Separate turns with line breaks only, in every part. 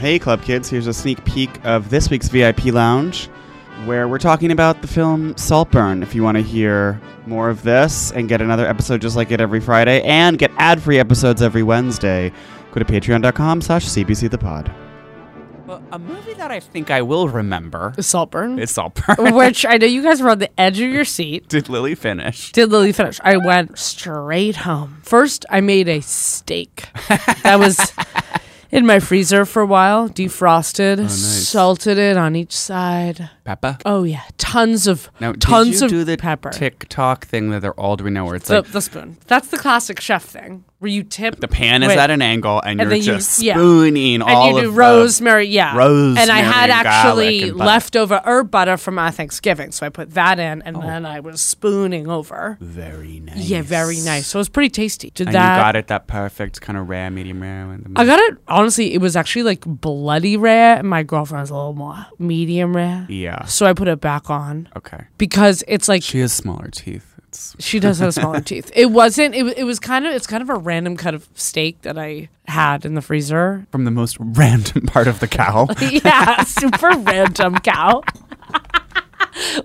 Hey, Club Kids, here's a sneak peek of this week's VIP Lounge, where we're talking about the film Saltburn. If you want to hear more of this and get another episode just like it every Friday and get ad free episodes every Wednesday, go to patreon.com slash CBC the pod. Well, a movie that I think I will remember
Saltburn.
is Saltburn.
which I know you guys were on the edge of your seat.
Did Lily finish?
Did Lily finish? I went straight home. First, I made a steak that was in my freezer for a while, defrosted,
Oh, nice.
salted it on each side.
Peppa?
Oh yeah, tons of
Now, did
tons
you
of
do the
pepper.
TikTok thing that they're all doing now, where it's
the,
like
the spoon. That's the classic chef thing where you tip
the pan is
Wait.
at an angle, and,
And
you're
then you-
just
yeah.
spooning
and
all
you do
of the-
rosemary, yeah,
rosemary
And I had
and garlic
actually
and butter.
leftover herb butter from my Thanksgiving, so I put that in,
Oh.
and then I was spooning over.
Very nice.
Yeah, very nice. So it was pretty tasty. Did
And
that?
you got it that perfect kind of rare, medium rare. in the
I
middle.
got it. Honestly, it was actually like bloody rare, and my girlfriend was a little more medium rare.
yeah.
So I put it back on
Okay.
because it's like
She has smaller teeth. It's
She does have smaller teeth. It wasn't. It, wa- it was kind of. It's kind of a random cut of steak that I had in the freezer.
from the most random part of the cow.
Yeah, super random cow.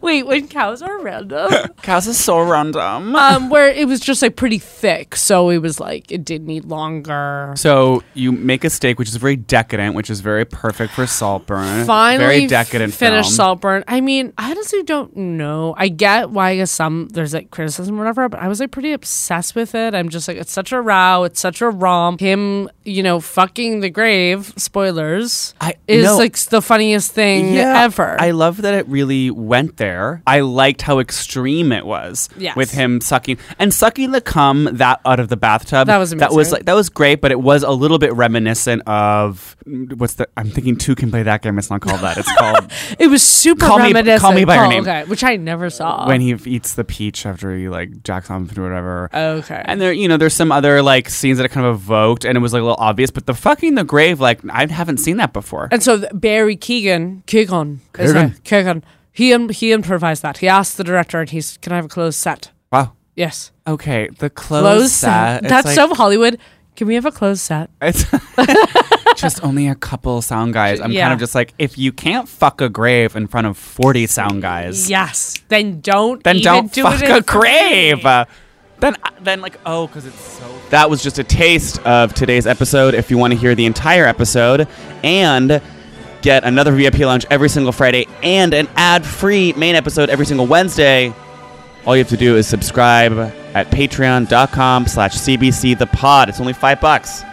Wait, when cows are random,
Cows are so random.
um, where it was just like pretty thick, so it was like it did need longer.
So you make a steak, which is very decadent, which is very perfect for Saltburn.
Finally,
very decadent.
Finish
film.
Saltburn. I mean, I honestly don't know. I get why I guess some there's like criticism or whatever, but I was like pretty obsessed with it. I'm just like, it's such a row, it's such a romp. Him, you know, fucking the grave. Spoilers.
I-
is
no.
like the funniest thing ever.
I love that it really went there. I liked how extreme it was
Yes.
with him sucking and sucking the cum that out of the bathtub.
That was
That was
amazing.
like that was great, but it was a little bit reminiscent of what's the I'm thinking two can play that game. It's not called that. It's called
it was super
Call Me-
reminiscent.
Call Me By Your
Oh,
Name.
Okay, which I never saw.
when he eats the peach after he like jacks off or whatever.
okay.
and there, you know, there's some other like scenes that it kind of evoked, and it was like a little obvious. But the fucking the grave, like I haven't seen that before.
And so th- Barry Keegan, Keegan, is
Keoghan.
it? Keegan, he im- he improvised that. He asked the director, and he's, "Can I have a closed set?"
wow.
Yes.
Okay, the clothes.
closed
set.
set.
it's
That's
like-
so Hollywood. Can we have a closed set?
It's just only a couple sound guys. I'm kind
Yeah.
of just like, if you can't fuck a grave in front of 40 sound guys,
Yes. Then don't.
then
even
don't
do
fuck
it in
a grave.
front of me.
Uh, then, then like, oh, because it's so. That was just a taste of today's episode. If you want to hear the entire episode and get another VIP lounge every single Friday and an ad-free main episode every single Wednesday, all you have to do is subscribe at patreon.com slash cbc the pod. It's only five bucks.